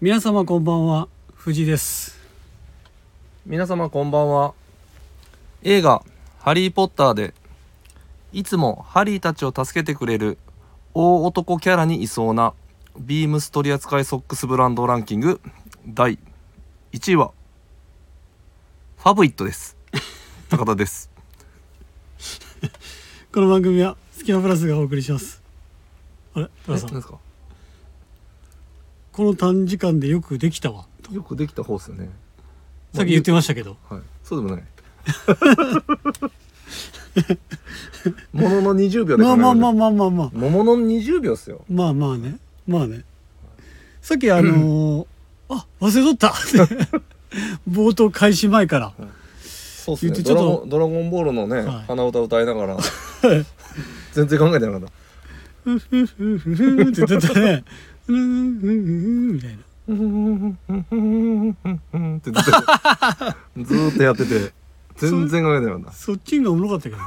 皆様こんばんは藤井です皆様こんばんは映画「ハリー・ポッターで」いつもハリーたちを助けてくれる大男キャラにいそうなビームス取扱いソックスブランドランキング第1位はファブイットです高田ですこの番組はスキマプラスがお送りしますあれえ高田さ何でんすかこの短時間でよくできたわよくできた方ですよねさっき言ってましたけどはい、そうでもない ものの20秒でまあまあまああまあまあまあものの20秒っすよまあまあねまあねさっきあのーあ忘れとった 冒頭開始前からそうです言ねってちドょっとラゴンドラゴンボールのね、 はい鼻歌歌いながら全然考えてなかったふふふふふって言ってたねふふふふみたいな「ふんふんふんふんふん」ってずっとずーっとやってて全然考えてなかったそっちの方がおもろかったけどね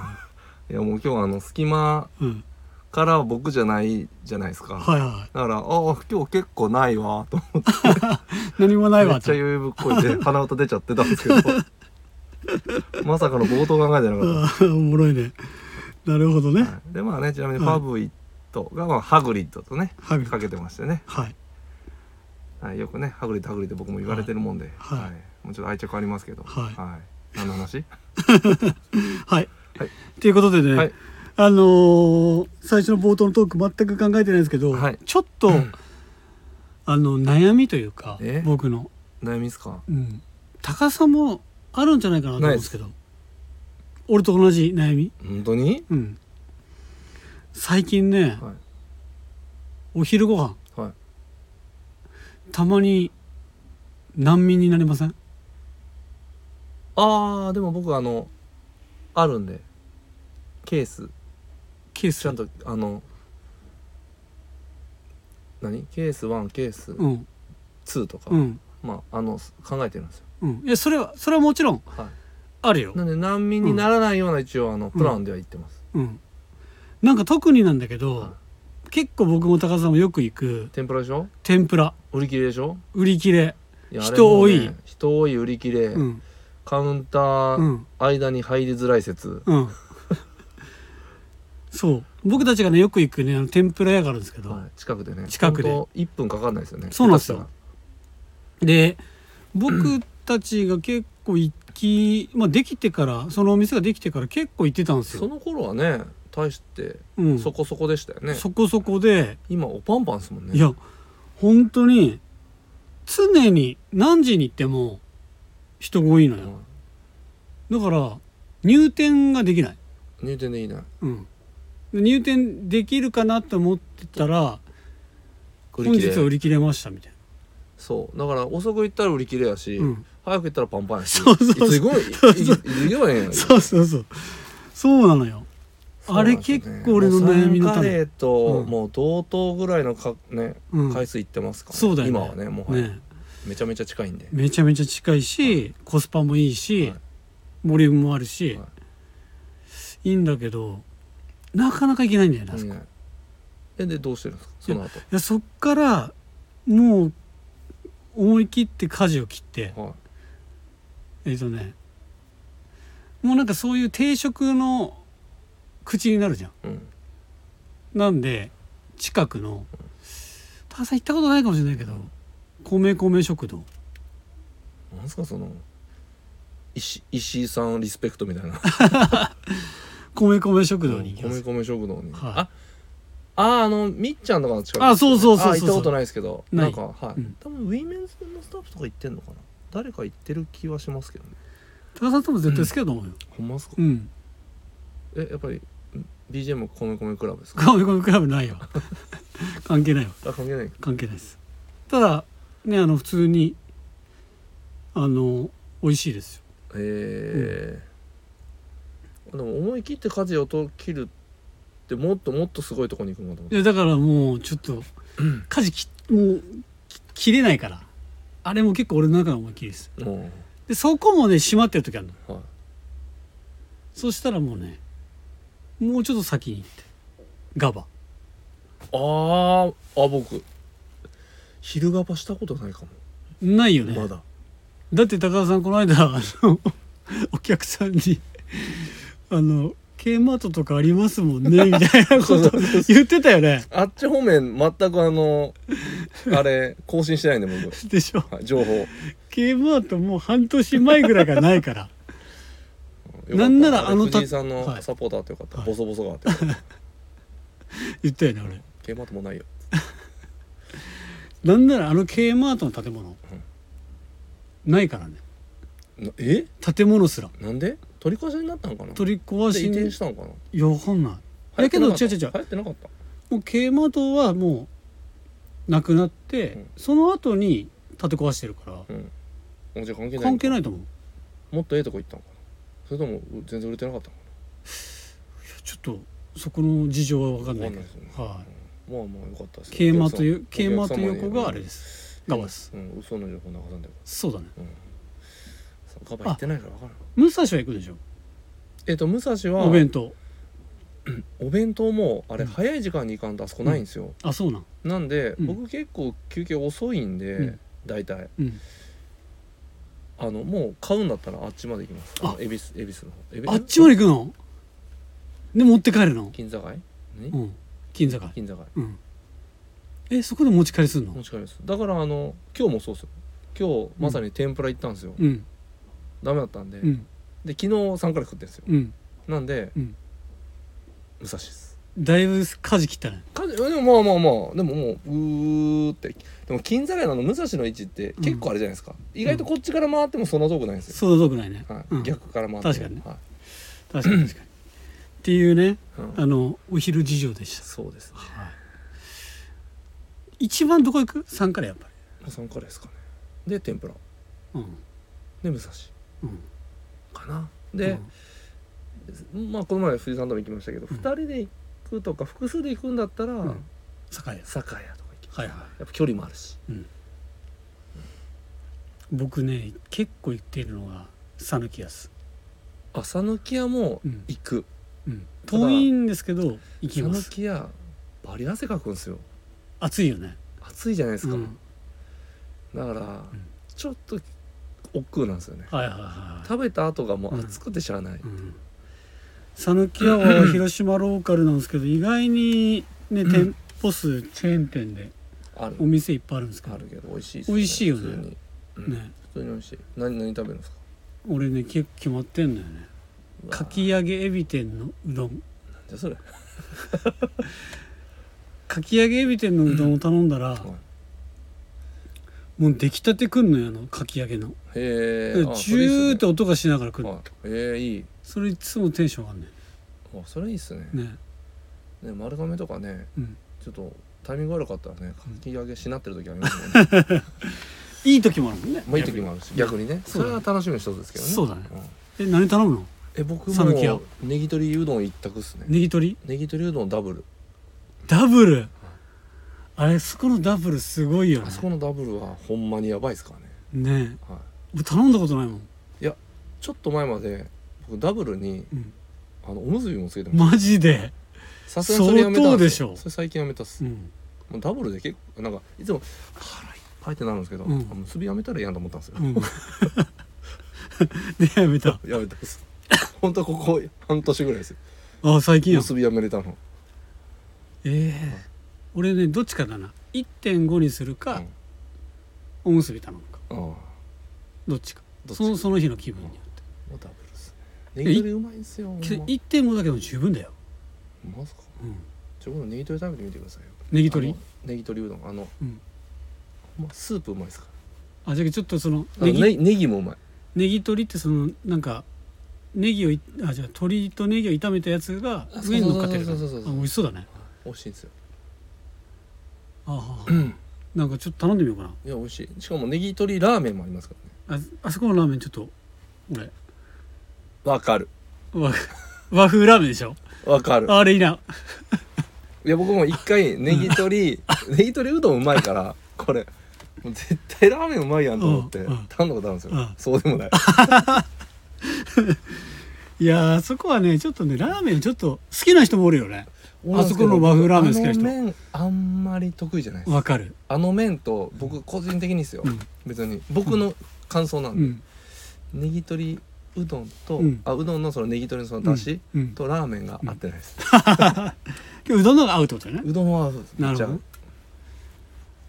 いやもう今日はあの隙間うんから僕じゃないじゃないですか、はいはだから「ああ今日結構ないわ」と思ってい何もないめわっちゃと余裕ぶっこいて鼻歌出ちゃってたんですけどまさかの冒頭考えてなかっあーおもろいねなるほどね、た、はいでまあねちなみにファブイットが、まあ、ハグリッドとねハグリッドかけてましてねはいはい、よくね「ハグリッドハグリッド」僕も言われてるもんで、はいはいもうちょっと愛着ありますけど、はい何の 話はい。はいということでね、はいあのー最初の冒頭のトーク全く考えてないんですけど、はいちょっと、あの悩みというかえ僕の、悩みっすかうん、高さもあるんじゃないかなと思うんですけど俺と同じ悩み、本当にうん、最近ね、はお昼ご飯いはいたまに難民になりませんあーでも僕あのあるんでケースケースちゃんとあの何ケース1ケースうん2とか、うんまああの考えてるんですよ、うんいやそれはそれはもちろんはあるよい、なんで難民にならないような一応あのプランでは言ってます、うん、なんか特になんだけど、は結構僕も高田さんもよく行く天ぷらでしょ天ぷら売り切れでしょ売り切れ、いやあれ人も多ねい人多い売り切れ、うんカウンタうーん間に入りづらい説、うん、 そう僕たちがねよく行くねあの天ぷら屋があるんですけど、はい、近くでね近くで本当1分かかんないですよねそうなんですよ下手しで僕たちが結構行き、まあ、できてからそのお店ができてから結構行ってたんですたらそよ、の頃はね大してうん、そこそこでしたよね、そこそこで、今おパンパンですもんねいや本当に常に何時に行っても人が多いのうよんだから入店ができない入店でいいなうん、入店できるかなと思ってたら売本り切日は売れり切れましたみたいそうだから遅く行ったら売り切れやし、な、うん、早く行ったらパンパンやしそうそうそういつ行くんいいいつ行けばいいんやそうそうそうそうなのよあれ結構俺の悩みのカ種レーと、うんもう同等ぐらいのか、ねうん回数行ってますから、そうだよね今はねもう、ねめちゃめちゃ近いんでめちゃめちゃ近いし、コスパもいいし、はいボリュームもあるし、、はいいんだけどなかなかいけないんだよな、いねえでどうしてるんですかその後やそっからもう思い切って舵を切ってはいえっとねもうなんかそういう定食の口になるじゃんうんなんで近くの高田さん行ったことないかもしれないけど米米食堂なんですかその石石井さんリスペクトみたいな米米食堂に行きま米す米食堂に、はいあああのみっちゃんとかの近くあそうそうそうそうあ行ったことないですけどないなんかはうい、ん多分ウィメンズのスタッフとか行ってんのかな誰か行ってる気はしますけどね高田さんとも絶対好きだと思うよほんまですか、うんえやっぱりん BGM 米米クラブですか米米クラブないよ 関係ないわあ関係ない関係ないですただねあの普通にあの美味しいですよえーでも思い切って舵をと切るってもっともっとすごいとこに行くのかと思っいてやだからもうちょっと舵きもうき切れないからあれも結構俺の中の思いっきりですうんでそこもね閉まってる時あるのはいそしたらもうねもうちょっと先に行ってガバあーあ僕昼ガバしたことないかもないよね、まだだって高田さんこの間あのお客さんにあの K マートとかありますもんねみたいなこそうそとうそう言ってたよねあっち方面全く あのあれ更新してないんで僕、でしょはい、情報 K マートもう半年前ぐらいからないからなんならよかったあのた藤井さんはいのサポーターってよかった、はいボソボソがあってよかった言ったよね俺ゲームアートもないよなんならあの K マートの建物、ないからねなえ建物すらなんで取り壊しになったのかな取り壊でし移転にしたのかないやわかんない流行だけどってなかった違う違う違う流行ってなかったもう K マートはもうなくなって、うんその後に建て壊してるからうんおじゃあ関係ない関係いないと思うもっとええとこ行ったのかなそれともう全然売れてなかったのかちょっとそこの事情は分かんないけわかんないですど、はい、なまあまあよかったですよ桂馬といおう客桂様馬とお客様に横があれですガバですうん嘘の情報流さんでもそうだねうんそうガバ行ってないから分からん武蔵は行くでしょえっと武蔵はお弁当お弁当もあれうん早い時間に行かんとあそこないんですよあそうなんなんでうん僕結構休憩遅いんうでん大体うんあのもう買うんだったらあっちまで行きますああの恵比寿恵比寿の方恵比寿あっちまで行くので持って帰るの銀座街何うん金坂銀座街うんえそこで持ち帰りするの持ち帰りですだからあの今日もそうですよ今日まさに天ぷら行ったんですよ、うんダメだったんで、うでん昨日三から食ってんですようんなんで、うん武蔵ですだいぶ舵切ったねかでもまあまあまあでももううーってでも金座街のあの武蔵の位置って結構あれじゃないですか、意外とこっちから回ってもそんな遠くないんですよ、そうだ遠くないね、はいうん、確逆から回っても確かにねはいかに確かにっていうねうんあのお昼事情でした、そうですねはい、一番どこ行く ?3 からやっぱ三からですかねで天ぷらりうんで武蔵うんかなで、うんまあこの前富士山でも行きましたけど、うん二人で行くとか複数で行くんだったら、ん酒屋酒屋とか行きますはいはいやっぱ距離もあるし僕ね結構行っているのが讃岐安、朝抜き屋もうん行くうん、ただ遠いんですけど行き朝ます抜き屋バリ汗かくんですよ暑いよね、暑いじゃないですか、うん、だからんちょっと億劫なんですよねはいはいはい食べた後がもう暑くてしゃあない、うん讃岐屋は広島ローカルなんですけど意外にね店舗数チェーン店であるお店いっぱいあるんですけどあるけど美味しいっ美味しいよね普通にうんね普通に美味しい何何食べるんですか俺ね結構決まってんだよねうわかき揚げエビ天のうどんなんじゃそれ、はかき揚げエビ天のうどんを頼んだら、いもう出来たてくんのよあのかき揚げのへえでジューって音がしながら来る、えー、いいそれいつもテンション上がんねあそれいいっすねんねね丸亀とかねうんちょっとタイミング悪かったらねかき揚げしなってる時ありますもん ねいい時もあるもんね。まあいい時もあるし逆にねそそうれだはね楽しみの一つですけどねそうだねんえ、何頼むの？え僕讃岐屋もネギ鶏うどん一択っすねネギ取り？ネギ鶏うどんダブルダブル。あれそこのダブルすごいよねあ。そこのダブルはほんまにやばいっすからね、ねえ、は俺頼んだことないもん。い、ちょっと前まで僕ダブルにうん、あのおむすびもつけてましマジで。たさすがにそれやめたんです相当でよしょそれ最近やめたっす、うん。もうダブルで結構なんかいつも腹いっぱいってなるんですけど、うんあむすびやめたら嫌だと思 ったんですよう、ん。ねやめた。やめたっす本当はここ半年ぐらいですよあ、最近やんお。すびやめれたのええ俺ねどっちかだな。1.5にするか、おむすび頼むか、うん、あどっちか。どっちかそのその日の気分によって。あダブルっすねネギ鶏うまいんすよほんまけど1.5だけでも十分だよ。マジかうん。ちょ今度ネギ鶏食べてみてくださいよネギ取りあの？ネギ鶏うどんあのうん。ほんまスープうまいですかあ、じゃあちょっとそのらあのネギネギもうまいネギ取りってそのなんかネギをいあじゃあ鶏とネギを炒めたやつがあそうそうそう上に乗っかってるそうそうそうそあう美味しそうだね美味しいんですよああ、なんかちょっと頼んでみようかいや美味しいしかもネギ鶏ラーメンもありますからねなああそこのラーメンちょっと俺わかる和 和風ラーメンでしょわかるああれいいないや僕も一回ネギ鶏ネギ鶏うどんうまいからこれもう絶対ラーメンうまいやんと思ってうんうん頼んだことあるんですよ、うんそうでもないいやーそこはねちょっとねラーメンちょっと好きな人もおるよね あそこの和風ラーメン好きな人あの麺あんまり得意じゃないですわかるあの麺と僕個人的にですよ、うん別に僕の感想なうんで、んネギ取りうどんと、うんあうどんのそのネギ取りのそのだし、うんうんとラーメンが合ってないです、今日うどんの方が合うってことねうどんはそうですなるほどめっち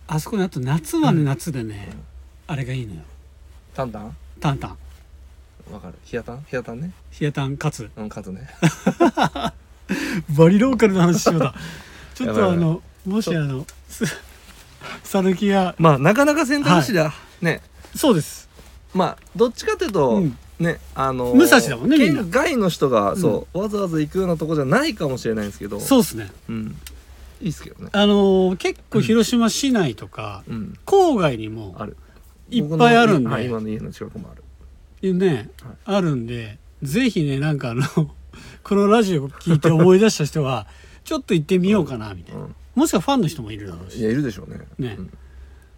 あそこねあと夏はね夏でねあれがいいのよゃ担々タンタンわかる冷やタン冷やタンね冷やタンかつうんカツ ねバリローカルの話し ようだちょっやとばあいやばいのもしあのすさぬきがまあなかなか選択肢だ、ねそうですまあどっちかというと、うんねあのー武蔵だもんねみんな県外の人がそう、わざわざ行くようなとこじゃないかもしれないんですけどそうですねう、ん、いいっすけどねあのー結構広島市内とか、うん郊外にもあるいっぱいあるんで僕のはい今の家の近くもあるね、はいあるんでぜひねなんかあの このラジオ聞いて思い出した人 はちょっと行ってみようかなみたいな、うんもしくはファンの人もいるだろういしやいるでしょうねねうん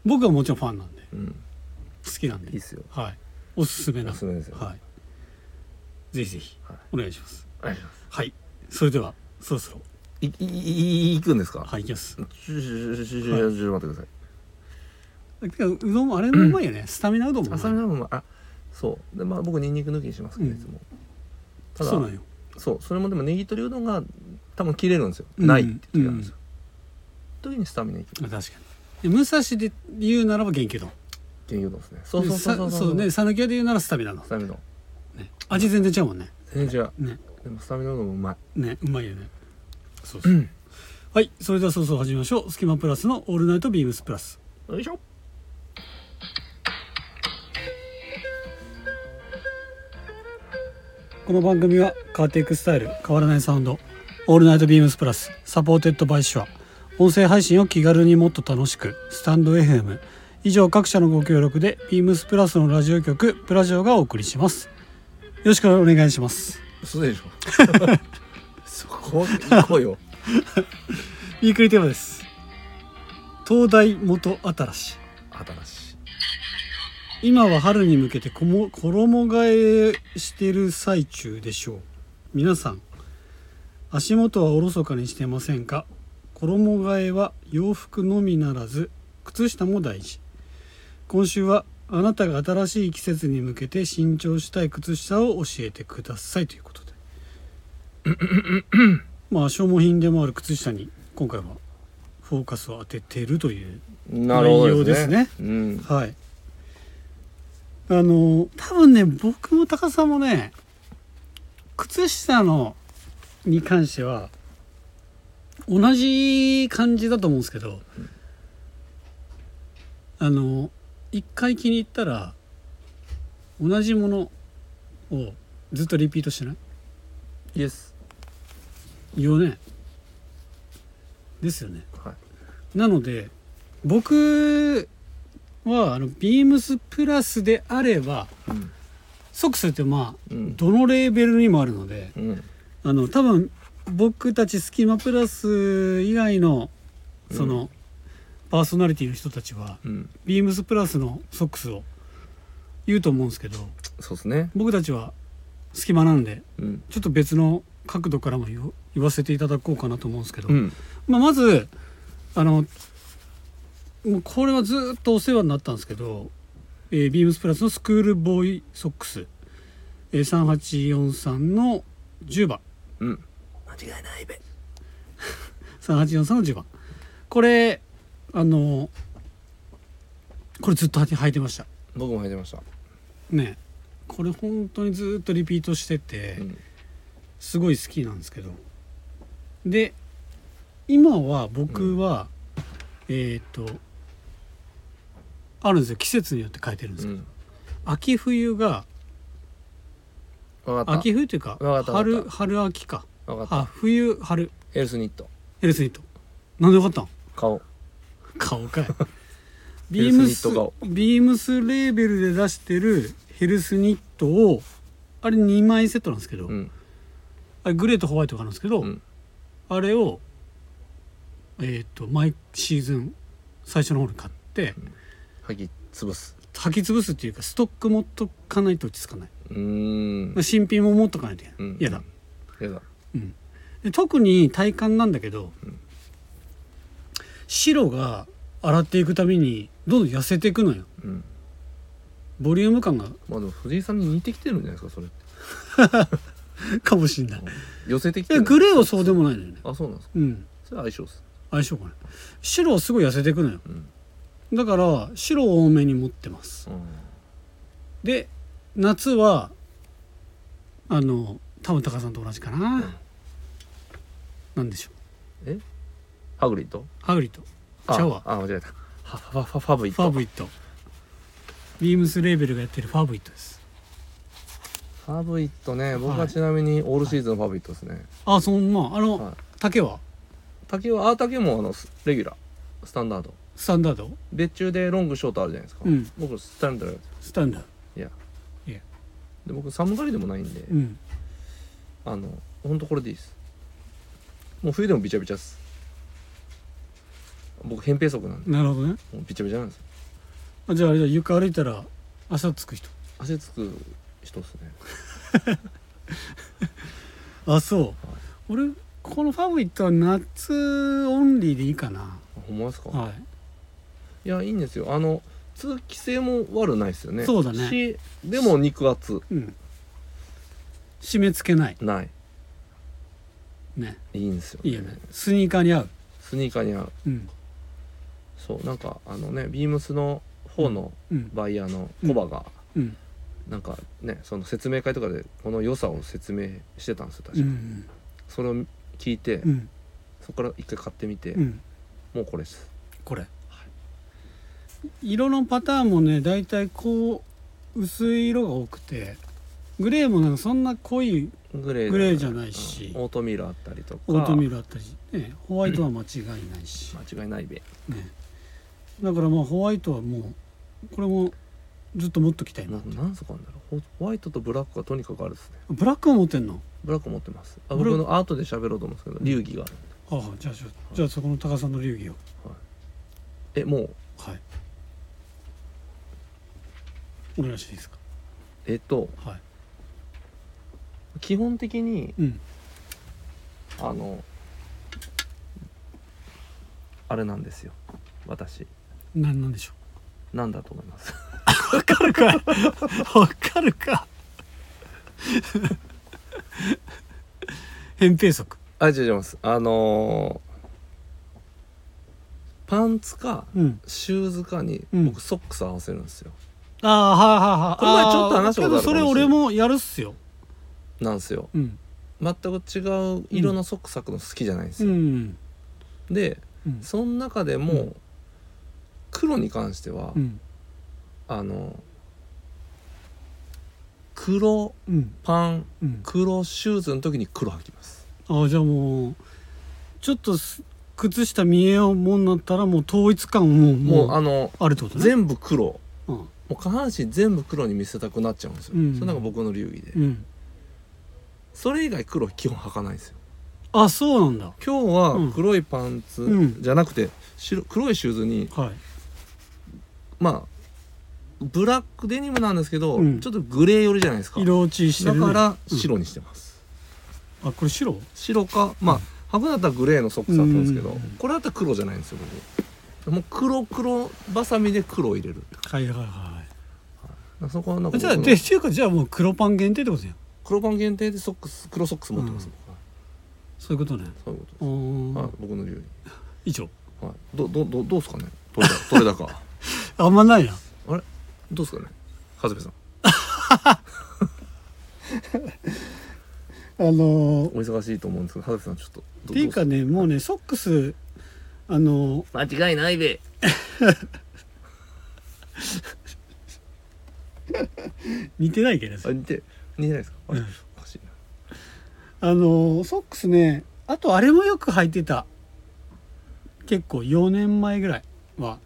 僕はもちろんファンなんでうん、好きなんいいでっすよはいおすすめなおすすめですよはい、ぜひぜひはいお願いしますありがとうございますはいそれではそろそろいいいい行くんですかはい行きますちょちょちょちょちょちょちょ待ってくださいてかうどんもあれもうまいよね、スタミナうどんもうまい朝ラーメンもあそうでまあ僕ニンニク抜きにしますけど、うんいつもただそうなんよそうそれもでもネギ取りうどんが多分切れるんですよ、うんないって言ってたんですよ、時にスタミナいけまるあ確かにで武蔵で言うならば元気丼原油丼ですねそうそうそうそうでさそうね讃岐屋で言うならスタミナのスタミナ丼味全然違うもんね全然違うねでもスタミナうどんもうまいねうまいよねそうそう、はいそれではそうそう始めましょう「スキマプラス」の「オールナイトビームスプラスよいしょ」この番組は変わっていくスタイル変わらないサウンド「オールナイトビームスプラス」サポーテッドバイシュア音声配信を気軽にもっと楽しくスタンド FM 以上各社のご協力でビームスプラスのラジオ局プラジオがお送りしますよろしくお願いします嘘でしょそこ行こうよウィークリーテーマです東大元新し新しい今は春に向けてこも衣替えしてる最中でしょう皆さん足元はおろそかにしてませんか衣替えは洋服のみならず靴下も大事今週はあなたが新しい季節に向けて新調したい靴下を教えてくださいということでまあ消耗品でもある靴下に今回はフォーカスを当てているというなるほどですね内容でうんはい。あの多分ね僕も高さんもね靴下のに関しては同じ感じだと思うんですけど、あの一回気に入ったら同じものをずっとリピートしてないイエスよねですよねはいなので僕はあのビームスプラスであればうんソックスってまあうんどのレーベルにもあるのでうんあの多分僕たちスキマプラス以外のその、パーソナリティの人たちはうんビームスプラスのソックスを言うと思うんですけどそうですね僕たちは隙間なんでうんちょっと別の角度からも言お言わせていただこうかなと思うんですけど、うんまあ、まずあのもうこれはずっとお世話になったんですけど、えービームスプラスのスクールボーイソックス、えー、3843の10番うん間違いないべ 3843の10番これあのこれずっと履いて履いてました僕も履いてましたねこれ本当にずっとリピートしてて、うんすごい好きなんですけどで今は僕は、えーっとあるんですよ季節によって変えてるんですうけど、ん秋冬がわかった秋冬というかわかったわか春った春秋かわかったあ冬春エルスニットエルスニットなんでよかったん顔顔かい ヘビルースニムッスト顔ビームスレーベルで出してるヘルスニットをあれ2枚セットなんですけど、うんあれグレーとホワイトがあるんですけど、うんあれをえっ、と毎シーズン最初の方に買って吐き潰す履き潰すっていうかストック持っとかないと落ち着かない、うーん新品も持っとかないといけない、うん嫌だやだで特に体感なんだけど、白が洗っていくためにどんどん痩せていくのようんボリューム感が まあでも藤井さんに似てきてるんじゃないですかそれってかもしんない寄せてきてえるグレーはそうでもないのよねあそうなんですかうんそれは相性です相性がね白はすごい痩せていくのようん、だから白を多めに持ってますうんで夏はあの多分高さんと同じかな、なんでしょうハグリッドハグリッドあちゃうわあ間違えたファファファファブイッフトァーブイットビームスレーベルがやってるファーブイットですファブイットね僕ははいちなみにオールシーズンファブイットですね、あそんまあの、はい竹は竹はあ竹もあのスレギュラースタンダードスタンダード別注でロングショートあるじゃないですか、うん僕スタンダードでスタンダー僕寒がりでもないんで、ドうんあのほんとこれでいいですもう冬でもびちゃびちゃっす僕扁平足なんでなるほどねもうびちゃびちゃなんですよあじゃああれだ床歩いたら朝つく人汗つく人っすねあそう、俺このファーブイットは夏オンリーでいいかなあほんまですか、はいいやいいんですよあの通気性も悪ないですよねそうだねしでも肉厚うん締め付けないないねいいんですよ、いいよねスニーカーに合うスニーカーに合ううんそうなんかあのねビームスの方のうんバイヤーのコバが、うんなんかねその説明会とかでこの良さを説明してたんですよ確うか、んそれを聞いて、うんそこから一回買ってみて、うんもうこれですこれ、色のパターンもねだいたいこう薄い色が多くてグレーもなんかそんな濃いグレーだグレーじゃないしうんオートミールあったりとかオートミールあったり、ね、ホワイトは間違いないし、間違いないべね、だからまあホワイトはもうこれもずっと持っときたいなな何足あるんだろうホホワイトとブラックがとにかくあるですねブラックは持ってんのブラック持ってますあブラッ僕のアートで喋ろうと思うんですけど流儀があるはあ、はあ、じゃあちょじゃあそこの高さんの流儀をえもうはいお願いしていいですかえっとはい基本的にうんあのあれなんですよ私何なんでしょなんだと思います うわかるかわかるか扁平足あ違う違いますあのーパンツかうんシューズかにうん僕ソックス合わせるんですよ、ああはいはいはいこれ前ちょっと話したこあとあるーけどそれ俺もやるっすよなんですようん全く違う色のソックス履くの好きじゃないんですうよ、んでうんその中でも、うん黒に関しては、うんあの黒うんパンうん黒シューズの時に黒履きますああじゃあもうちょっとす靴下見えようもんなったらもう統一感もももううああのるってことね全部黒うんもう下半身全部黒に見せたくなっちゃうんですよ、うんそれなんか僕の流儀で、うんそれ以外黒基本履かないんですよあそうなんだ今日は黒いパンツ、うんじゃなくて白黒いシューズにはいまあブラックデニムなんですけど、うんちょっとグレー寄りじゃないですか色落ちしてだる、ね、から白にしてます、あこれ白白かまあ履くなったらグレーのソックスだったんですけど、うんうんうんこれだったら黒じゃないんですよ僕もう黒黒バサミで黒を入れるはいはいはそこはなんいかじゃあ僕のでっていうかじゃあもう黒パン限定ってことやん黒パン限定でソックス黒ソックス持ってます、うん僕はそういうことねそういうことですう、ーん、はい、僕の理由に以上はい、どどどどうですかね 取れた取れ高あんまないなあれどうですかね長谷部さんあのーお忙しいと思うんですけど長谷部さんちょっとどっていうかねもうねソックスあのーどうす間違いないべ似てないけどあ似て似てないですかあれ、うんおかしいなあのーソックスねあとあれもよく履いてた結構4年前ぐらいは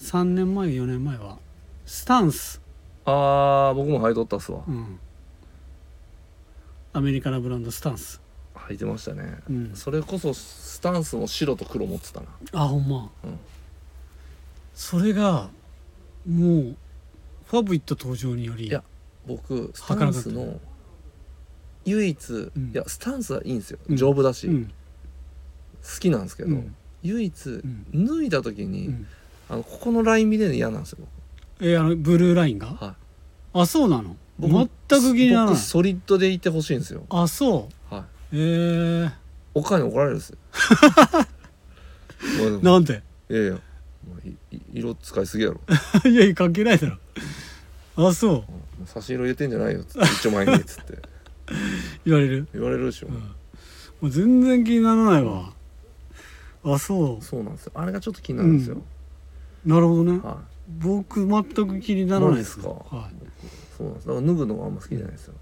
3年前4年前はスタンス、あー僕も履いとったっすわうん、アメリカのブランドスタンス、履いてましたね、うん、それこそスタンスも白と黒持ってたなあほんま、うんそれがもうファブイット登場によりいや僕スかタなかっンたスの唯一、うんいやスタンスはいいんですようん丈夫だし、うん好きなんですけど、うん唯一、ん脱いだ時うに、んあのここのライン見れるの嫌なんですよえーあのブルーラインがはいあそうなの僕全く気にならない僕ソリッドでいてほしいんですよあそうはいえー、おかんに怒られる んですよもうなんで いやいやもういい色使いすぎやろ いやいや関係ないだろあそうもう差し色入れてんじゃないよっつって一丁前にっつって言われる言われるでしょ、うんもう全然気にならないわあそそうなんですよあれがちょっと気になるんですよ、うなるほどねは僕全く気にならないですそうですかはいそうなんですだから脱ぐのはあんま好きじゃないですよ、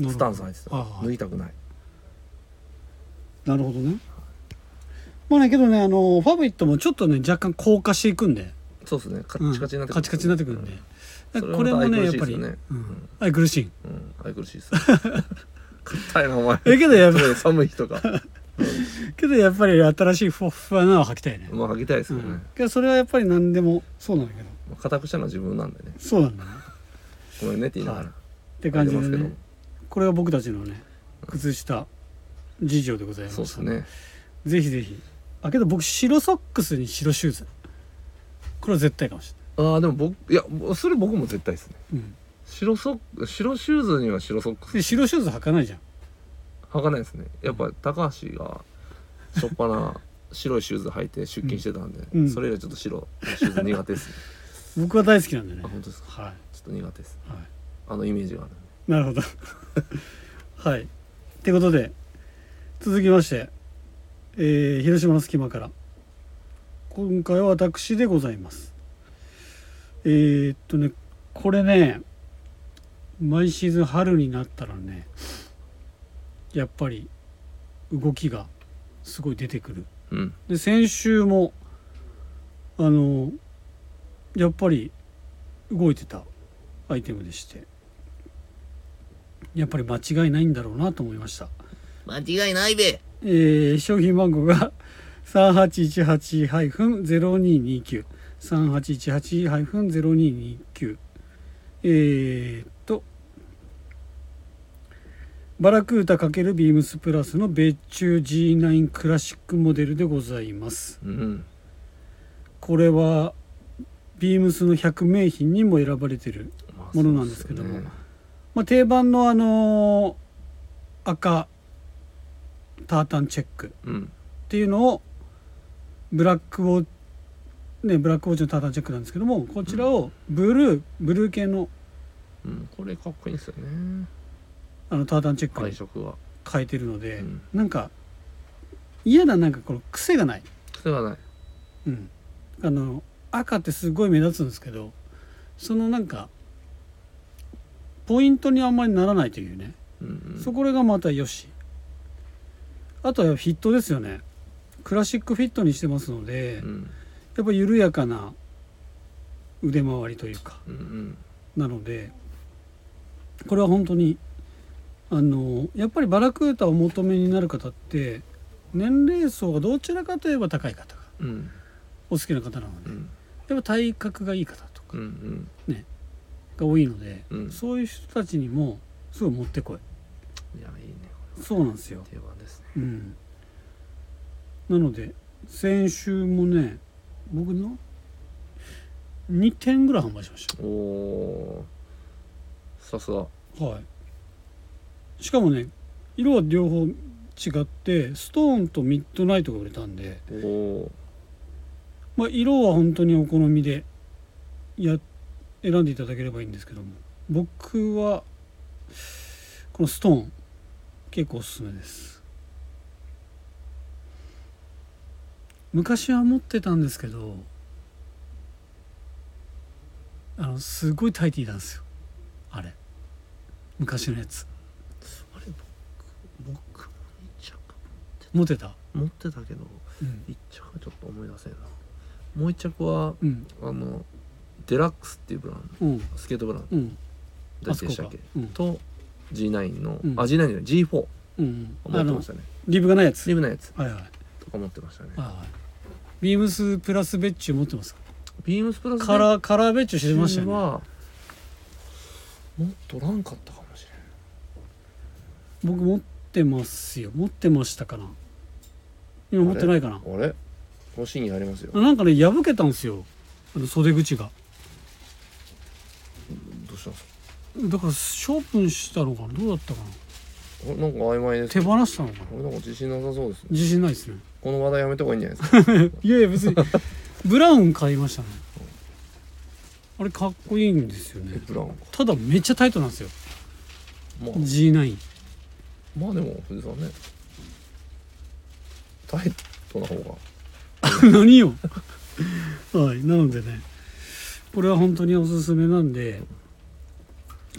い、なるほどスタンス入ってたらああ脱ぎたくないなるほどねまあねけどねあのファブリットもちょっとね若干硬化していくんでそうですねカッチカチになっうてんカチカチになってくるんで、だからこそれれももねやまったぱ愛り、くるしいですよねうん、愛くるしいうん、うん、愛くるし いです硬いなお前えけどやっぱ寒い日とかけどやっぱり新しいふわっふわなのは履きたいね、まあ履きたいですうよね、ん、けどそれはやっぱり何でもそうなんだけどまあ硬くしたのは自分なんでねそうなんだねごめんねって言いながらって書い感てじまですけど、ねこれが僕たちのね靴下事情でございますそうですねぜひぜひあけど僕白ソックスに白シューズこれは絶対かもしああでも僕いやそれ僕も絶対ですねれない、うん白ソック白シューズには白ソックスで白シューズ履かないじゃん履かないですねやっぱ高橋がしょっぱな白いシューズ履いて出勤してたんで、うんそれ以来ちょっと白いシューズ苦手ですね僕は大好きなんだよあね本当ですかはちょっと苦手ですい、はいあのイメージがあるなるほど はいってことで続きまして、えー広島の隙間から今回は私でございますえーっとねこれね毎シーズン春になったらねやっぱり動きがすごい出てくるうんで先週もあのやっぱり動いてたアイテムでしてやっぱり間違いないんだろうなと思いました、間違いないべえー商品番号が 3818-02293818-0229えー、っとバラクータ×ビームスプラスの米中 G9 クラシックモデルでございますうんこれはビームスの100名品にも選ばれてる、まものなんですけどもそうっすよねまあ、定番のあのー赤タータンチェックっうんていうのをブラックウォッね、ブラックウォッチのタータンチェックなんですけどもこちらをブルー、ブルー系のうん、これかっこいいんですよねあのタータンチェック配に色は変えてるので、うんなんか嫌ななんかこの癖がない、癖がないうん、あの赤ってすごい目立つんですけどそのなんかポイントにあんまりならないというね、うんうんそこれがまたよしあとはフィットですよねクラシックフィットにしてますので、うやんっぱ緩やかな腕回りというかうんうんなのでこれは本当にあのやっぱりバラクータをお求めになる方って年齢層がどちらかといえば高い方がうんお好きな方なのうで、んやっぱ体格がいい方とかうんうんが多いので、うんそういう人たちにもすごい持ってこいいやいいねそうなんですよ定番ですねうん、なので先週もね僕の2点ぐらい販売しましおおさすがたはいしかもね色は両方違ってストーンとミッドナイトが売れたんで、おおまあ、色は本当にお好みでや選んでいただければいいんですけども僕はこのストーン結構おすすめです昔は持ってたんですけどあのすごいタイティーなんですよあれ昔のやつあれ僕僕も一着持ってた持ってたけどうん、一着はちょっと思い出せんなもう一着はうんあのデラックスっていうブランうんドスケートブランうんドあ誰そでこしかたっけうんと G9 の、うんあ G9 じゃない G4 うんうん持あってのましたねリブがないやつスリムなやつはいはいとか持ってましたねはいはいビームスプラスベッチュ持ってますかビームスプラスカラーカラーベッチュしてましたよねはもっとおらんかったかもしれん僕持ってますよ持ってましたかな今持ってないかなあれ欲しいにありますよあなんかね破けたんですよあの袖口がどうしたんですかだから処分したのかなどうだったかなあれなんか曖昧です手ね放したのかなこれなんか自信なさそうですね自信ないですねこの話題やめた方がいいんじゃないですかいやいや別にブラウン買いましたねあれかっこいいんですよエねプランかただめっちゃタイトなんですよまあ G9 まあでも藤井さんねタイトな方 が何よはいなのでねこれは本当におすすめなんで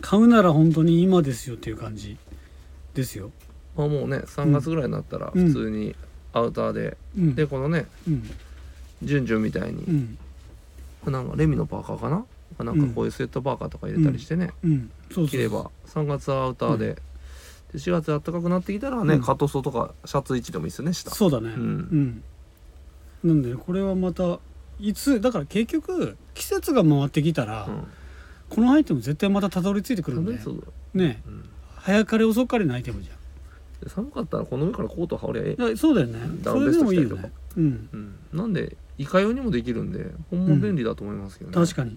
買うなら本当に今ですよっていう感じですよ、まあもうね3月ぐらいになったらうん普通にアウターで、うん、でこのねうんジュンジュンみたいにう、んなんかレミのパーカーかななんかこういうスウェットパーカーとか入れたりしてね、うんそうそう着れば3月アウターで,、で4月暖かくなってきたらね、うんカトソとかシャツ1でもいいですよね下そうだねうんうん、なんでこれはまたいつだから結局季節が回ってきたら、うんこのアイテム絶対またたどり着いてくるんでそうだねうんで早かれ遅かれのアイテムじゃん寒かったらこの上からコート羽織りゃええだからそうだよねダそウンれベスでトもいい着たよりとねうんうん、なんでいかようにもできるんでほんま便利だと思いますけどね、確かに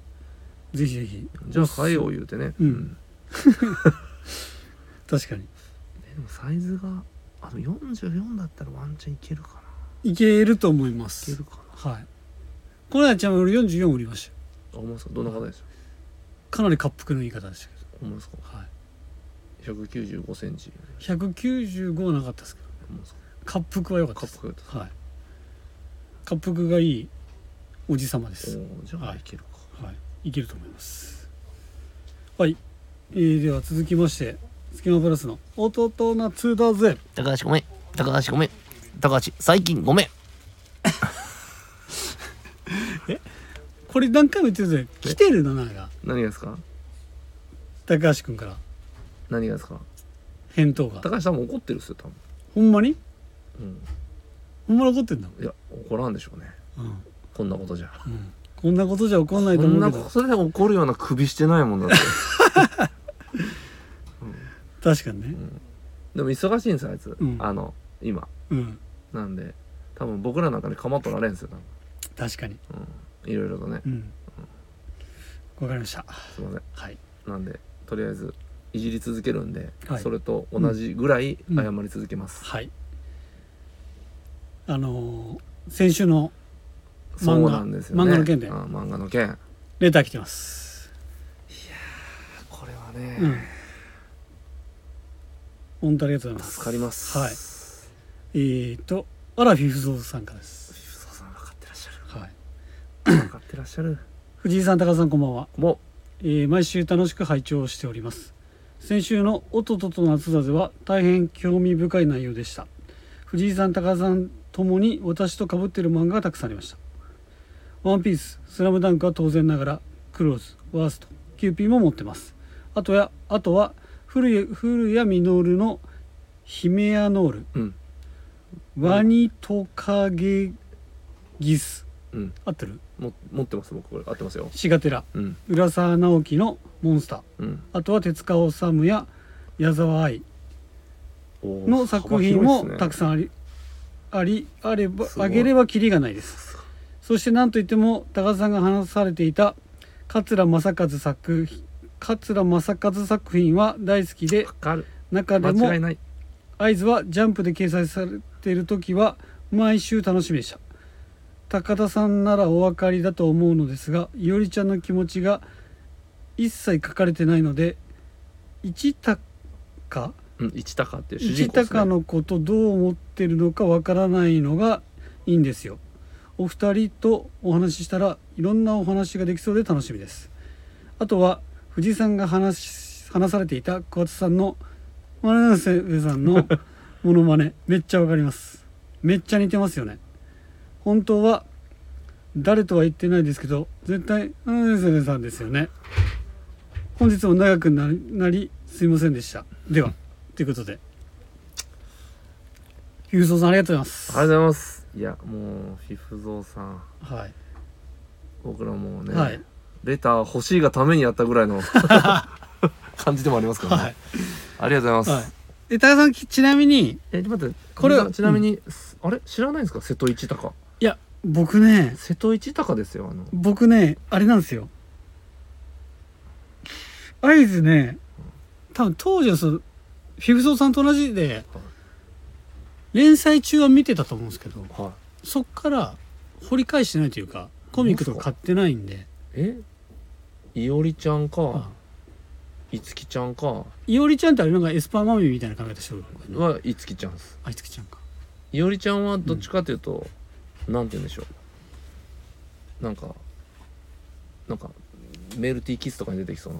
ぜひぜひじゃあ買えよう言うてね、うんうん確かにえでもサイズがあの44だったらワンチャンいけるかないけると思いまいけするかなはいこの間ちなみに俺44売りましたよあほんまですかどんな方でしょかなり滑覆の言い方でしたけどうほんまですかはい195センチ195はなかったですけどほんまですか滑覆は良かったカでッすプがやったはい滑覆がいいおじさまでおすーじゃはあいいけるか、はい、いけると思います。はい、えーでは続きまして、スキマプラスの弟夏だぜ。高橋ごめん高橋ごめん高橋最近ごめんこれ何回も言ってるぜ、来てるな、なんか、何がですか高橋君から何がですか返答が。高橋さんも怒ってるっすよ多分、ほんまにうほんまに怒ってんだ。ん、いや怒らんでしょうねうん、こんなことじゃうん、こんなことじゃ怒んないこと思んうなけこど、とで怒るような首してないもんだって 確かにね。でも忙しいんですよあいつ、うんあの今うん、なんで多分僕らなんかに構っとられんすよ多確かに。分、うん、いろいろとねうん。わかりました。すいませんはい。なんでとりあえずいじり続けるんで、はいそれと同じぐらいうん謝り続けます、はい。あのー先週のそ漫う画なんですよね漫画の件であ漫画の件レター来てます。これはね、うん。本当ありがとうございます。助かりますはいフえー、と、アラフィフゾウさんからです。ィフソさん分かってらっしゃはい。る分かってらっしゃる藤井さん、高田さん、こんばんは。もえー毎週楽しく拝聴しております。先週の「おととと夏だぜ」は大変興味深い内容でした。藤井さん、高田さんともに私と被っている漫画がたくさんありました。ワンピース、スラムダンクは当然ながら、クローズ、ワースト、キューピーも持ってます。あとや、あとは古谷、古谷実のヒメアノール、ううんワニトカゲギス、うん合ってるも持ってます僕これ合ってますよシガテラうん浦沢直樹のモンスターうんあとは手塚治虫や矢沢愛おーの作品も幅広いっすねたくさんあり,、ありあればすごいあげればきりがないですそして何といっても高田さんが話されていた桂正和作桂正和作品は大好きでわかる中でも間違いない合図はジャンプで掲載されている時は毎週楽しみでした高田さんならお分かりだと思うのですがいおりちゃんの気持ちが一切書かれてないので一高うん一鷹っていう主一人公です、ね、高のことどう思ってるのかわからないのがいいんですよお二人とお話ししたらいろんなお話ができそうで楽しみですあとは藤井さんが話し話されていた桑田さんの真瀬上さんのモノマネめっちゃわかりますめっちゃ似てますよね本当は誰とは言ってないですけど絶対真瀬上さんですよね本日も長くなりなりすいませんでしたではということでゆうぞうさんありがとうございますありがとうございますいやもうフィフゾーさんはい、僕らもうね、はいレター欲しい がためにやったぐらいの感じでもありますからね、はいありがとうございます、はい、え高田さんきちなみにえちょっと待ってこれみんなちなみに、あれ知らないんですか瀬戸一鷹いや僕ね瀬戸一鷹ですよあの僕ねあれなんですよ合図ね多分当時はそのフィフソーさんと同じではい連載中は見てたと思うんですけどはいそっから掘り返してないというかコミックとか買ってないんでえいおりちゃんあかいつきちゃんかいおりちゃんってあれなんかエスパーマミーみたいな考えた人がいるのはいつきちゃんですあいつきちゃんかいおりちゃんはどっちかというと、なんて言うんでしょうなんかなんかメルティーキスとかに出てきそうな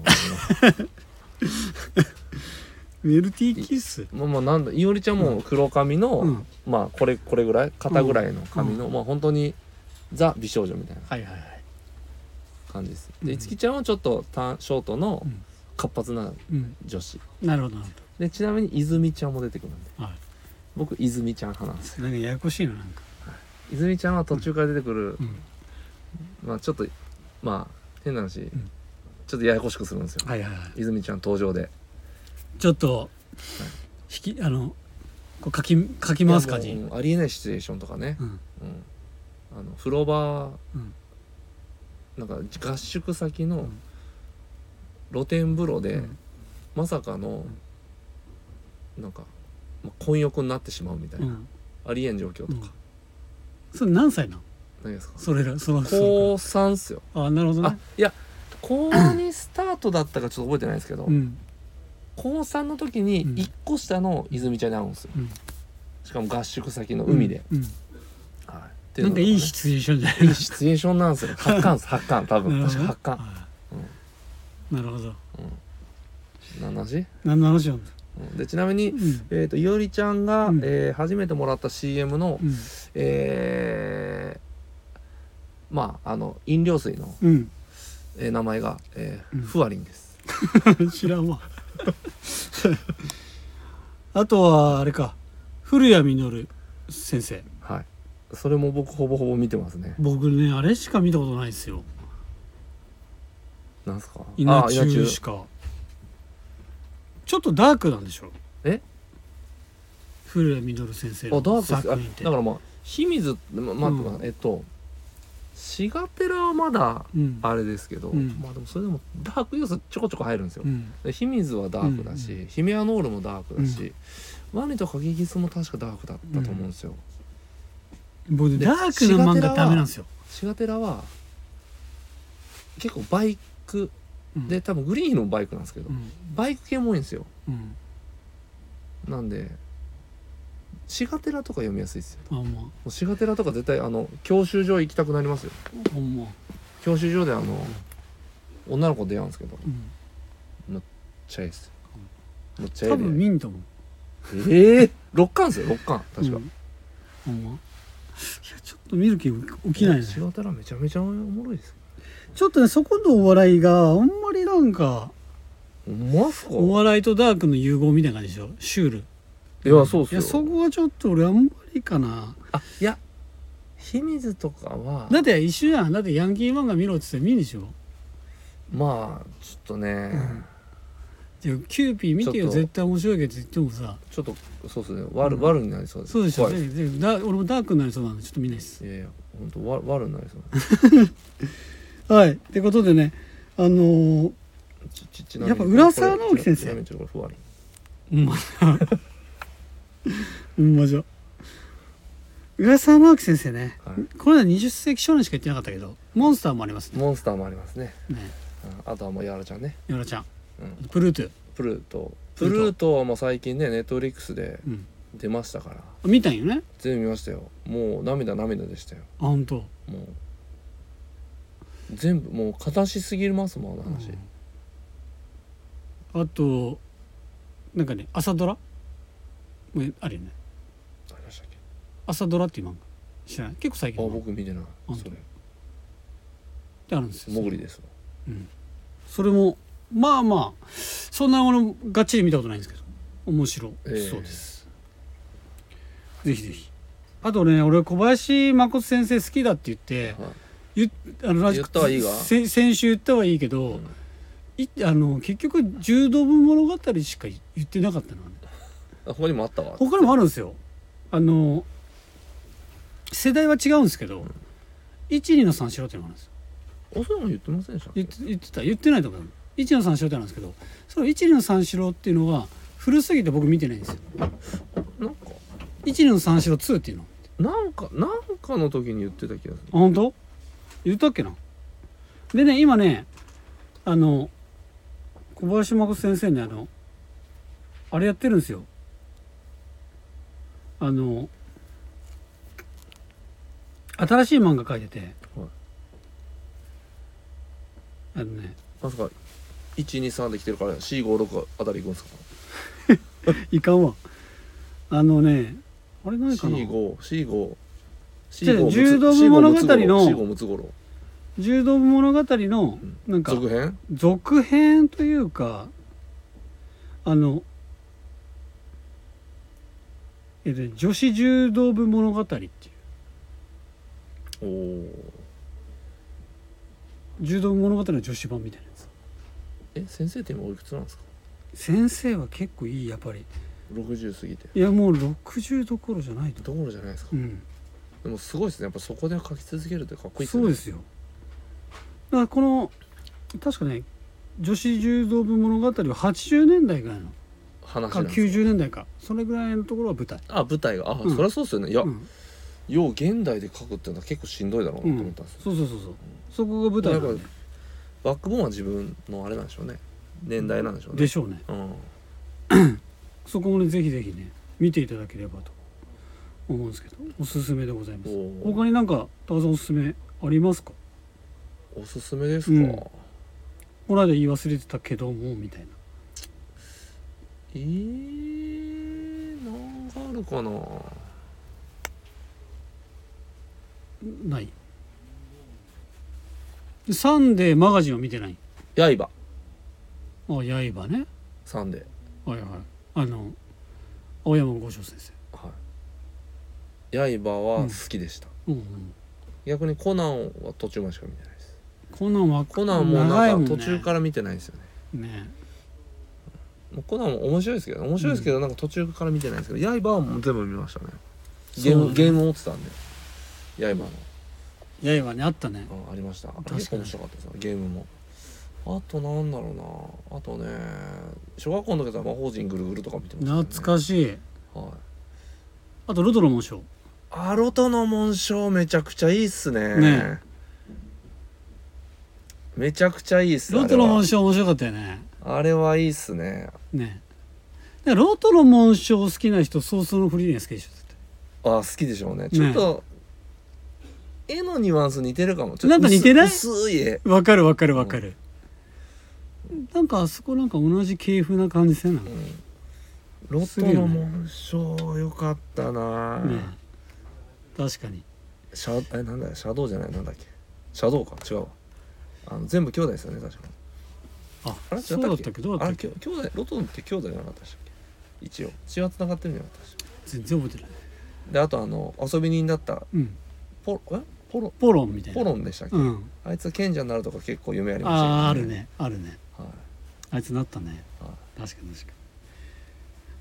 メルティーキッス まあまあなんだいおりちゃんも黒髪の、うんまあこれこれぐらい肩ぐらいの髪の、まあ本当にザ美少女みたいなはいはいはい感じですうでんいつきちゃんはちょっと短ショートのうん活発なうん女子なるほどなるでちなみに泉ちゃんも出てくるんでほどは僕泉ちゃん派なんですよいなんかややこしいのなんか泉ちゃんは途中から出てくる、うんまあちょっとまあ変な話、んちょっとややこしくするんですよ、はいはいはい泉ちゃん登場でちょっと引きあのこうかきかき回す感いじやもううんありえないシチュエーションとかね、うんうんあの風呂場、うんなんか合宿先うのん露天風呂で、うんまさかの、なんか、まあ、混浴になってしまうみたいうな、んありえん状況とか、うんそれ何歳なのないですかそれらその高3っすよあなるほどあねいや高2スタートだったかちょっと覚えてないですけど、うん高3の時にうん1個下の泉ちゃんに会うんですよ、うんしかも合宿先の海で、うんはいっていなうのんかとねいいシチュエーションじゃないいいシチュエーションなんですよ発汗です発汗多な分るほ確どかね発汗はいなるほど何の話、何の話なんだうん、でちなみにう、んえー、といおりちゃんが、うんえー初めてもらった CM の、うんえーまああの飲料水の、うんえー名前が、えーうんフワリンです知らん わあとはあれか古谷実先生はいそれも僕ほぼほぼ見てますね僕ねあれしか見たことないですよなんすか稲あー中しかちょっとダークなんでしょえ古谷実先生あダークのっす作品ってあだからまあ清水ままうんえっとシガペラはまだうんあれですけど、うんまあでもそれでもダーク要素ちょこちょこ入るんですよ、うんで清水はダークだし、うんうヒメアノールもダークだし、ワニとカゲギスも確かダークだったと思うんですよ、僕でダークの漫画ダメなんですよシガペラは結構バイクうんで多分グリーンのバイクなんですけど、うんバイク系も多いんですようんなんでシガテラとか読みやすいですよあまもうシガテラとか絶対あの教習所行きたくなりますよあほんま教習所であの、女の子出会うんですけどうんチャイスめっちゃえ多え分ね見んと思うええ六巻ですよ六巻確か、うんほんまいやちょっと見る気起きないねシガテラめちゃめちゃおもろいですよちょっとねそこのお笑いがあんまりなんかほんまっすかお笑いとダークの融合みたいな感じでしょシュールいやそうっすいよやそこはちょっと俺あんまりかなあいや清水とかはだって一緒じゃんだってヤンキー漫画見ろって言って見るでしょまあちょっとね、んじゃあキューピー見てちょよっと絶対面白いけど言ってもさちょっとそうっすね悪,、悪になりそうですそうでしょ怖いだでけどだ俺もダークになりそうなんでちょっと見ないですすいやいや本当わ悪になりそうですはいってことでねあのーちちちなみにやっぱ浦沢直樹先生ちなみにちょっとこれう不悪いんまじゃ うんまじゃ浦沢直樹先生ね、はいこの間20世紀少年しか言ってなかったけどモンスターもありますねモンスターもありますね、ねうんあとはもうやらちゃんね、ヨラちゃんうん、プルートゥプルートプルプートルートはもう最近ねネットフリックスでうん出ましたから見たんよね全部見ましたよもう涙涙でしたよあ本当もう全部もう悲しすぎますもんあの話、あとなんかね朝ドラもうあるよねありましたっけ朝ドラっていう漫画知らない結構最あ近の僕見てない本当それであるんですよモグリですわそれもまあまあそんなものがっちり見たことないんですけど面白そうです、ぜひぜひあとね俺小林誠先生好きだって言ってはいあのラジ言ったはいいわせ先週言ったはいいけど、んいあの結局柔道部物語しか言ってなかったのねあ他にもあったわ他にもあるんですよあの世代は違うんですけど12の3しろっていうのがあるんですよおそれも言ってませんでしたっけ言って言ってた言ってないと思う1の3しろってなんですけどその1の3しろっていうのは古すぎて僕見てないんですよなんか1の3しろ2っていうのなんかなんかの時に言ってた気がするあ本当言ったっけなでね今ねあの小林誠先生にあのあれやってるんですよあの新しい漫画書いてて、はいあのねまさか123で来てるから456あたり行くんですかいかんわあのねあれ何かな4545じゃあ柔道部物語の45ムツゴロ柔道部物語のうんなんか続編続編というかあのえっとね女子柔道部物語っていうおお柔道部物語の女子版みたいなやつえ先生って今おいくつなんですか先生は結構いいやっぱり60過ぎていやもう60どころじゃないとどころじゃないですかうんでもすごいですねやっぱそこで書き続けるってかっこいいそうですすよだからこの確かね女子柔道部物語は80年代ぐらいの話かなんです90年代かそれぐらいのところは舞台あ舞台があ、うんそりゃそうですよねいや、うんよう現代で書くっていうのは結構しんどいだろうなと思ったんですよ、そうそうそうそうそこが舞台なんでバックボーンは自分のあれなんでしょうね年代なんでしょうねでしょうねうんそこもねぜひぜひね見ていただければと思うんですけどおすすめでございまおすー他になんか高田さんおすすめありますかおすすめですか、うんこの間言い忘れてたけどもみたいなえー、なんかあるかなないサンデーマガジンは見てない刃あ刃ねサンデはいはいあの青山剛昌先生ーはい刃は好きでした、うんうん逆にコナンは途中までしか見てないですコナンはコナンもなんか途ね中から見てないですよねねもうコナンも面白いですけど面白いですけど、なんか途中から見てないですけど刃はもう全部見ましたねゲーそうムねゲーム持ってたんで刃の、刃ねあったねうんありました確かに結構面白かったですねゲームもあとなんだろうなあとね小学校の時は魔法陣ぐるぐるとか見てました、ね、懐かしいはいあとルトロ紋章アロトの紋章めちゃくちゃいいっすねねめちゃくちゃいいっすあルれトロは紋章面白かったよねあれはいいっすねねでロトロ紋章好きな人早々のフリーレン好きでしょ絶対あ好きでしょうねちょっと、絵のニュアンス似てるかもちょっとなんか似てない薄薄い絵わかるわかるわかる、なんかあそこなんか同じ系譜な感じせんなねロトの紋章よかったな、確かにシャえなんだシャドウじゃないなんだっけシャドウか違うわあの全部兄弟ですよね確かああれそうだったっけどうだあったれっきけょ兄弟ロトンって兄弟じゃなかったでしたっけ一応血は繋がってるんじゃなかったでしたっけ全然覚えてない、であとあの遊び人だったうん、ポロえポロポロンみたいなポロンでしたっけ、うんあいつ賢者になるとか結構夢ありましたよああーある、ねあるねはいあいつなったねは確かに確かに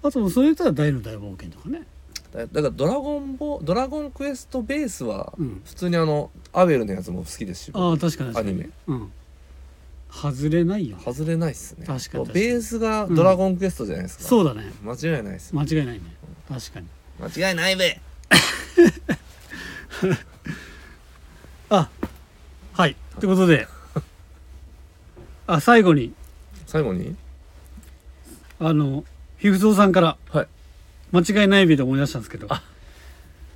あとそれ言ったら大の大冒険とかねい、だだからドラゴンボドラゴンクエストベースはうん普通にあのアベルのやつも好きですしああ確かに確かにアニメうん外れないよね外れないっすね確かにもう確かにベースがドラゴンクエストじゃないですか、そうだね間違いないっす間違いないね確かに間違いないべあはいということであ最後に最後にあのひふぞうさんからはい間違いない日で思い出したんですけど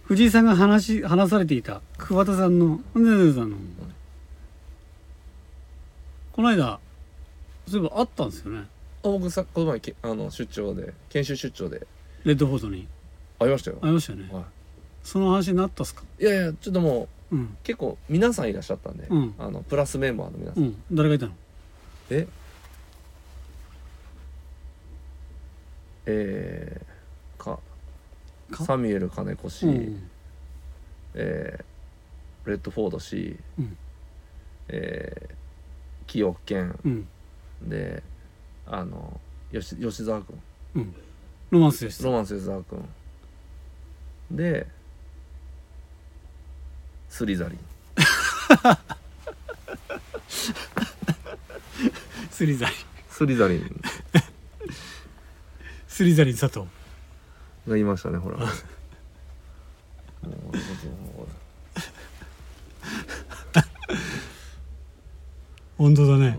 藤井さんが話し話されていた桑田さんのねねねさんのこの間そういえばあったんですよねあ僕さこの前けあの出張で研修出張でレッドフォートに会いましたよ、ありましたよねはその話になったっすかい、いやいやちょっともううん結構皆さんいらっしゃったんで、うんあのプラスメンバーの皆さ、うんん誰がいたのええー、かかサミュエル金子氏、うんえーレッドフォード氏、うんえー清健うんであの吉吉沢君うんロマンスでしたロマンス吉沢君でスリザリンスリザリンスリザリンスリザリン佐藤がいましたねほら もう本当だね、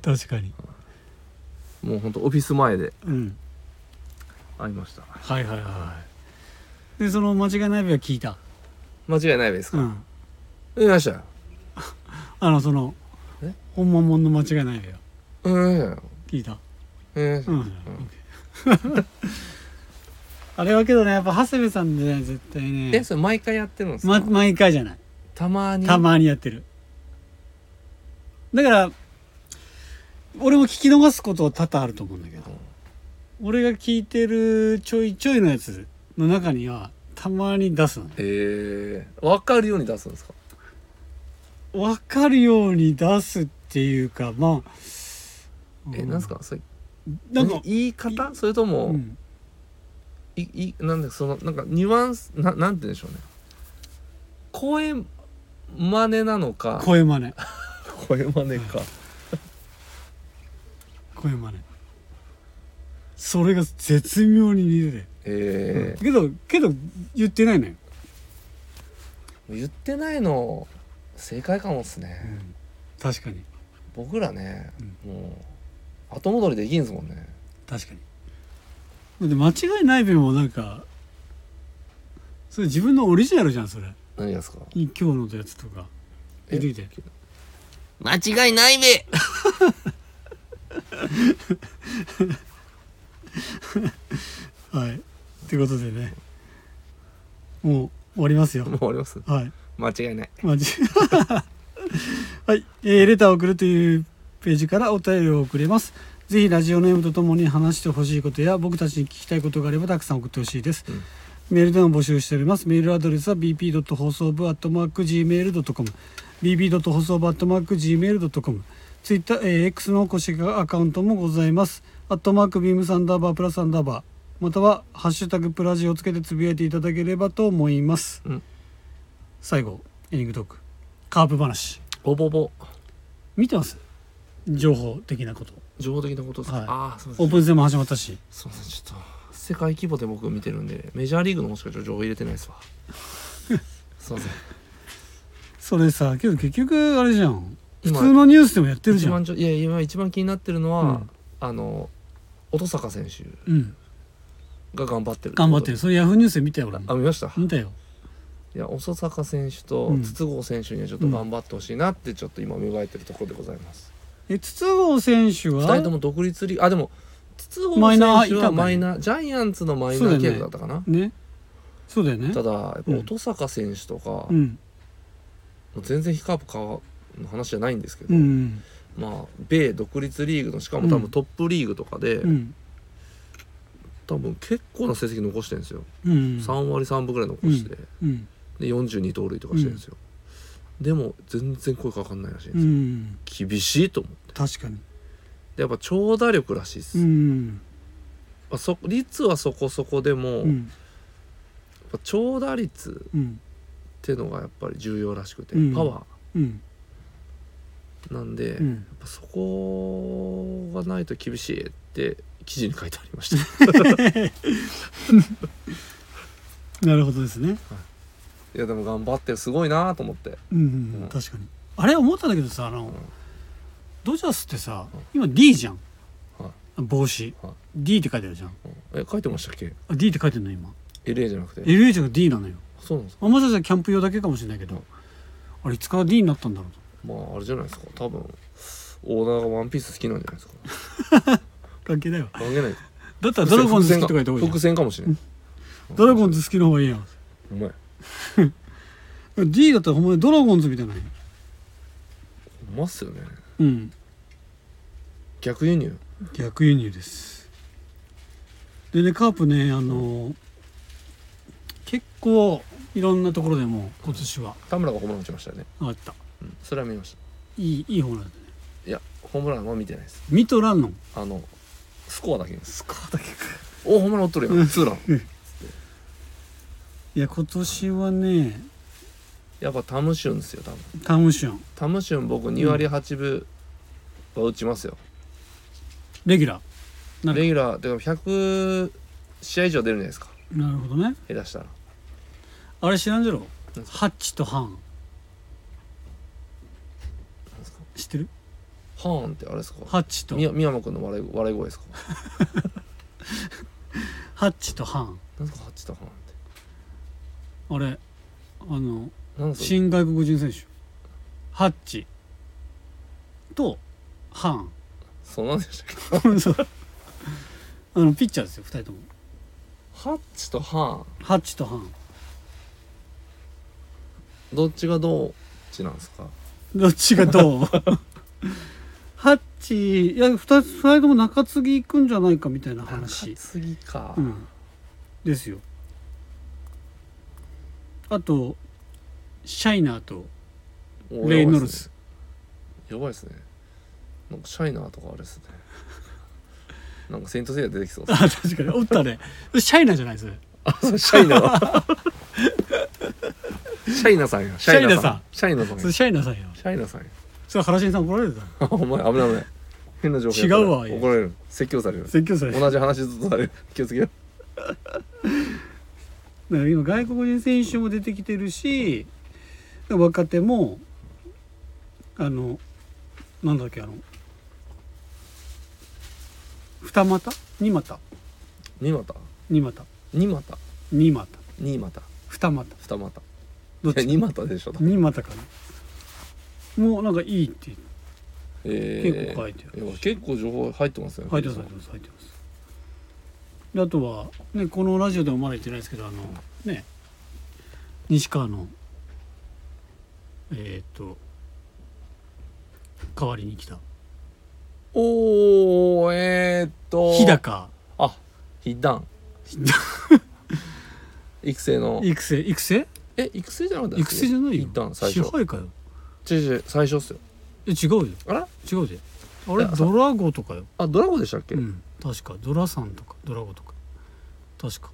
確かにもうほんとオフィス前でうん会いましたはいはいはいでその間違いない部は聞いた間違いないですうか、んいましたよあのそのえ本間もんの間違いない部はうんいましたよ聞いたうんいましたうよん、OK あれはけどねやっぱ長谷部さんでね絶対ねえそれ毎回やってるんですまか、毎回じゃないたまにたまにやってるだから俺も聞き逃すことは多々あると思うんだけど俺が聞いてるちょいちょいのやつの中にはたまに出すのねへえ分かるように出すんですか分かるように出すっていうかまあえうなんですかそれなんか言い方それとも、うんいいなんだそのなんかニュアンスななんて言うんでしょうね声真似なのか声真似声真似か声真似それが絶妙に似ててえけどけど言ってないのよ、え言ってないの正解かもっすね、確かに僕らね、もう後戻りできんすもんね確かにだって間違いない弁もなんかそれ自分のオリジナルじゃんそれ何がですか今日のやつとかえ出てきて間違いないべはいということでねもう終わりますよ もう終わりますはい間違いないマジ はい、えーレターを送るというページからお便りを送れますぜひラジオネームとともに話してほしいことや僕たちに聞きたいことがあればたくさん送ってほしいです、うんメールでも募集しておりますメールアドレスは bp. 放送部 .gmail.com bp. 放送部 .gmail.com ツイッター、えー X の公式アカウントもございますアットマークビームサンダーバープラスサンダーバーまたはハッシュタグプラジをつけてつぶやいていただければと思います、うん最後エンディングトークカープ話ぼぼぼ見てます情報的なこと情報的なことですか、はいああそうですオープン戦も始まったしすいませんちょっと世界規模で僕見てるんでメジャーリーグのもしかしたら情報入れてない ですわすいませんそれさけど結局あれじゃん普今通のニュースでもやってるじ一ゃん番ちょいや今一番気になってるのは、うんあの乙坂選手うんが頑張ってる頑張ってるそれヤフーニュースで見たよ俺あも見ました見たよいや乙坂選手とうん筒香選手にはちょっと頑張ってほしいなってちょっと今もがいてるところでございます、え筒香選手二は人とも独立リーグあでも筒香マイナー選手いたはんだねマイナージャイアンツのマイそうナだよーね契約だったかな、ねそうだよねただやっぱ乙坂選手とか、うもんう全然ヒカープかの話じゃないんですけど、うんまあ米独立リーグのしかも多う分んトップリーグとかで、うん多分結構な成績残してるんですよ、うん3割3分ぐらい残して、うんで42盗塁とかしてるんですよ、でも全然声かかんないらしいんでうすよ、ん厳しいと思う確かにでやっぱ長打力らしいです、うんまあ、そ率はそこそこでも、うやっんぱ長打率うんってのがやっぱり重要らしくて、うんパワうんーなんで、うやっんぱそこがないと厳しいって記事に書いてありま したなるほどですねいやでも頑張ってすごいなと思ってうんうんうん確かにあれ思ったんだけどさあの、ドジャースってさ今 D じゃん、は帽子、はい D って書いてあるじゃんえ書いてましたっけあ D って書いてるの今 LA じゃなくて LH が D なのよそうなんですかあまさかキャンプ用だけかもしれないけど、はいあれいつから D になったんだろうとまああれじゃないですか多分オーナーがワンピース好きなんじゃないですか関係ないわ関係ないかだったらドラゴンズ好きとか言った方がいい伏じ線かもしれないゃんドラゴンズ好きの方がいいやんお前 D だったらほんまにドラゴンズみたいなのようまっすよねうん逆輸入逆輸入ですでねカープねあの、結構いろんなところでも今年は田村がホームラン打ちましたよね、上がったうん、それは見ましいいいい方なんだねたいやホームランは見てないですミトランのあのスコアだけですスコアだけかおおほんまにおっとるやんツーランいや今年はねやっぱタムシュンですよ多分タムションタムシュン僕2割8分は打ちますよ、レギュラーなレるギュラーでも100試合以上出るんじゃないですかなるほどね下手したらあれ知らんじゃろ何すハッチとハン何すか知ってるハーンってあれですかハッチとみや宮間君の笑い笑い声ですかハッチとハン何ですかハッチとハーンっあれあのてなんですか新外国人選手ハッチとハン そうなんでしたっけそうあのピッチャーですよ2人ともハッチとハーハッチとハンンどっちがどっちなんですかどっちが どうハッチいや 2, 人とも中継ぎ行くんじゃないかみたいな話次か、うん、ですよあとシャイナーとおレイノルズやばいですねなんかシャイナーとかあ れですねなんかセイントセイヤ出てきそうであ確かにおったねシャイナーじゃないですすシャイナ ーシャイナさんやシャイナさんシャイナさんそやれシャイナーさんやシャイナさんやそれ原信さん怒られてた あお前危ない危ない変な情報やった違うわいや怒られる説教される説教されてた同じ話ずっとされる気をつけようだから今外国人選手も出てきてるし若手もあのなんだっけあの二股二股二二股股二二股股二股二股二股どっいやち二股でしょ二股かなもうなんかいいってえ結構書いてあーるいや結構情報入ってますよね入ってます入ってます入ってますであとは、ね、このラジオでもまだ言ってないですけどあのね西川のえーっと代わりに来たおーえー、っと日高あひだ ん育成の育成育成え育成じゃなかった育成じゃないよひだん最支初配かよ違う違う最初っすよえ違うよあら違うであれいやドラゴとかよ、あドラゴンでしたっけ、うん、確かドラさんとかドラゴとか確か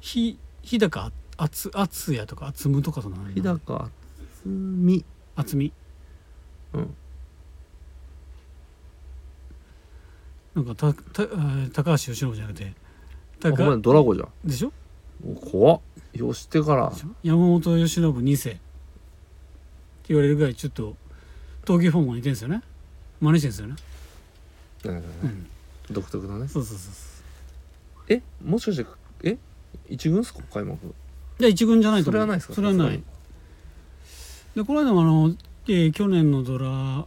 ひ日高ああつあつやとかあつむとかその名前日高つみ厚みうんなんかたたあー高橋由伸じゃなくてあごめ高んドラゴンじゃんでしょお怖っよしてからでしょ山本由伸2世って言われるぐらいちょっと投球フォームが似てるんですよね真似してるんですよね、うん、独特だねそうそうそうそうえもしかしてえ一軍っすか開幕じゃあ一軍じゃないとそ思れうはないですかそれはないでこの間もあの、えー去年のドラ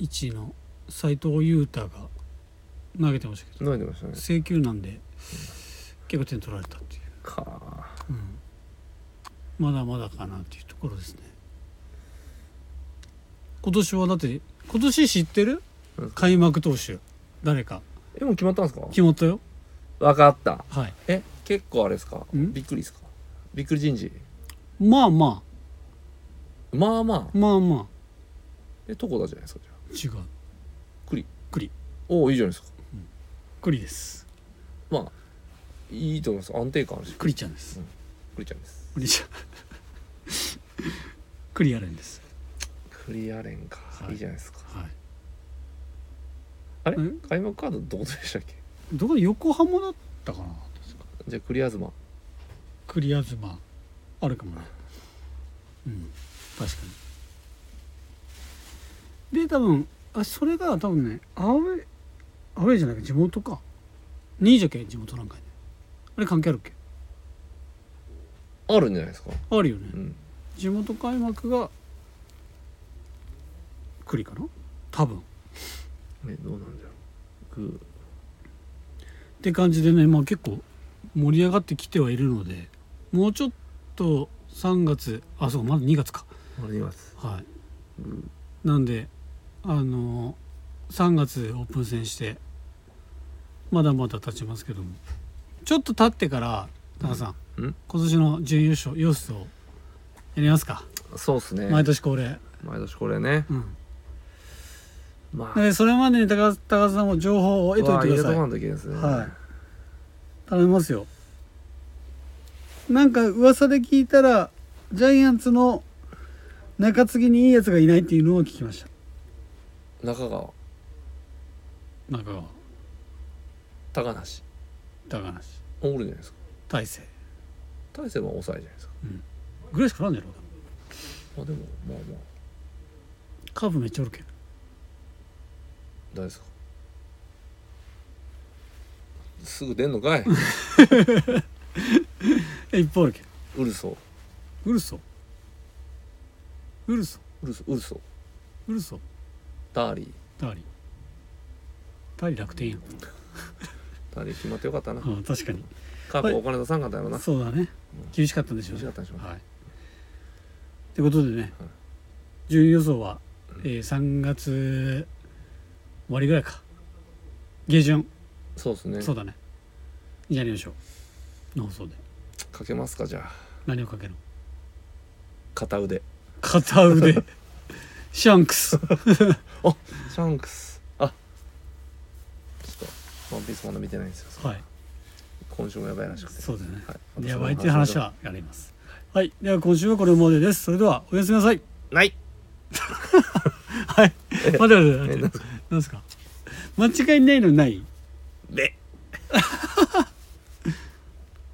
1の斎藤佑太が投げてましたけど投げてましたね制球なんで結構点取られたっていう、かうんまだまだかなっていうところですね今年はだって今年知ってるうん開幕投手誰かえもう決まったんですか決まったよわかったはいえ結構あれですかんびっくりですかびっくり人事まあままあまああまあまあえとこだじゃないですかじゃあ違う栗栗おおいいじゃないですか栗ですまあいいと思います安定感あるし栗ちゃんです栗ちゃんです栗ちゃん 栗アレンです栗アレンか、はいい、いじゃないですかはいあれうん開幕カードどこでしたっけどこ横浜だったかなじゃあ栗東ま栗東あるかもねうん確かにで多分あそれが多分ねアウェーアウェーじゃなくて地元か2位じゃけ地元なんかいねあれ関係あるっけあるんじゃないですかあるよねうん地元開幕が栗かな多分っえどうなんだろうグて感じでねまあ結構盛り上がってきてはいるのでもうちょっと3月あそうまだ2月かーありますはい、なんであの3月オープン戦してまだまだ経ちますけどもちょっと経ってから田中さん、うん今年の準優勝様子をやりますか、そうっすね毎年恒例、毎年これねうん、まあ、でそれまでに高高田さんも情報を得といてくださいわあ入れとかんといけないですね。はい頼みますよなんか噂で聞いたらジャイアンツの中継ぎにいいやつがいないっていうのを聞きました中川、中川高梨、高梨おるじゃないですか。大勢大勢は抑えじゃないですか。ぐらいしかなんじゃろうまあでも、まあまあ、カーブめっちゃおるけん誰ですか。すぐ出ん のかいえいっぱいおるけんウルソ、ウルソウルソウルソ、ウルソ、ウルソダーリー、ダーリンダーリン楽天やん、ダーリー決まってよかったな。うん、確かにカープお金出さんかったやろな。そうだね厳しかったんでしょう厳しねかったんでしょうねはいということでね、はい順位予想は、えー3月終わりぐらいか下旬、そうですね。そうだねにやりましょうの放送でかけますかじゃあ何をかけるの片腕。片 腕シャンクスシャンクス。あ、ちょっとワンピースまだ見てないんですよ。はい今週もやばいらしくて。そうだね、いでやばいっていう話。はやりますはいでは今週はこれまでですそれではおやすみなさいない。はい待って待って待ってえ何ですか間違いないのない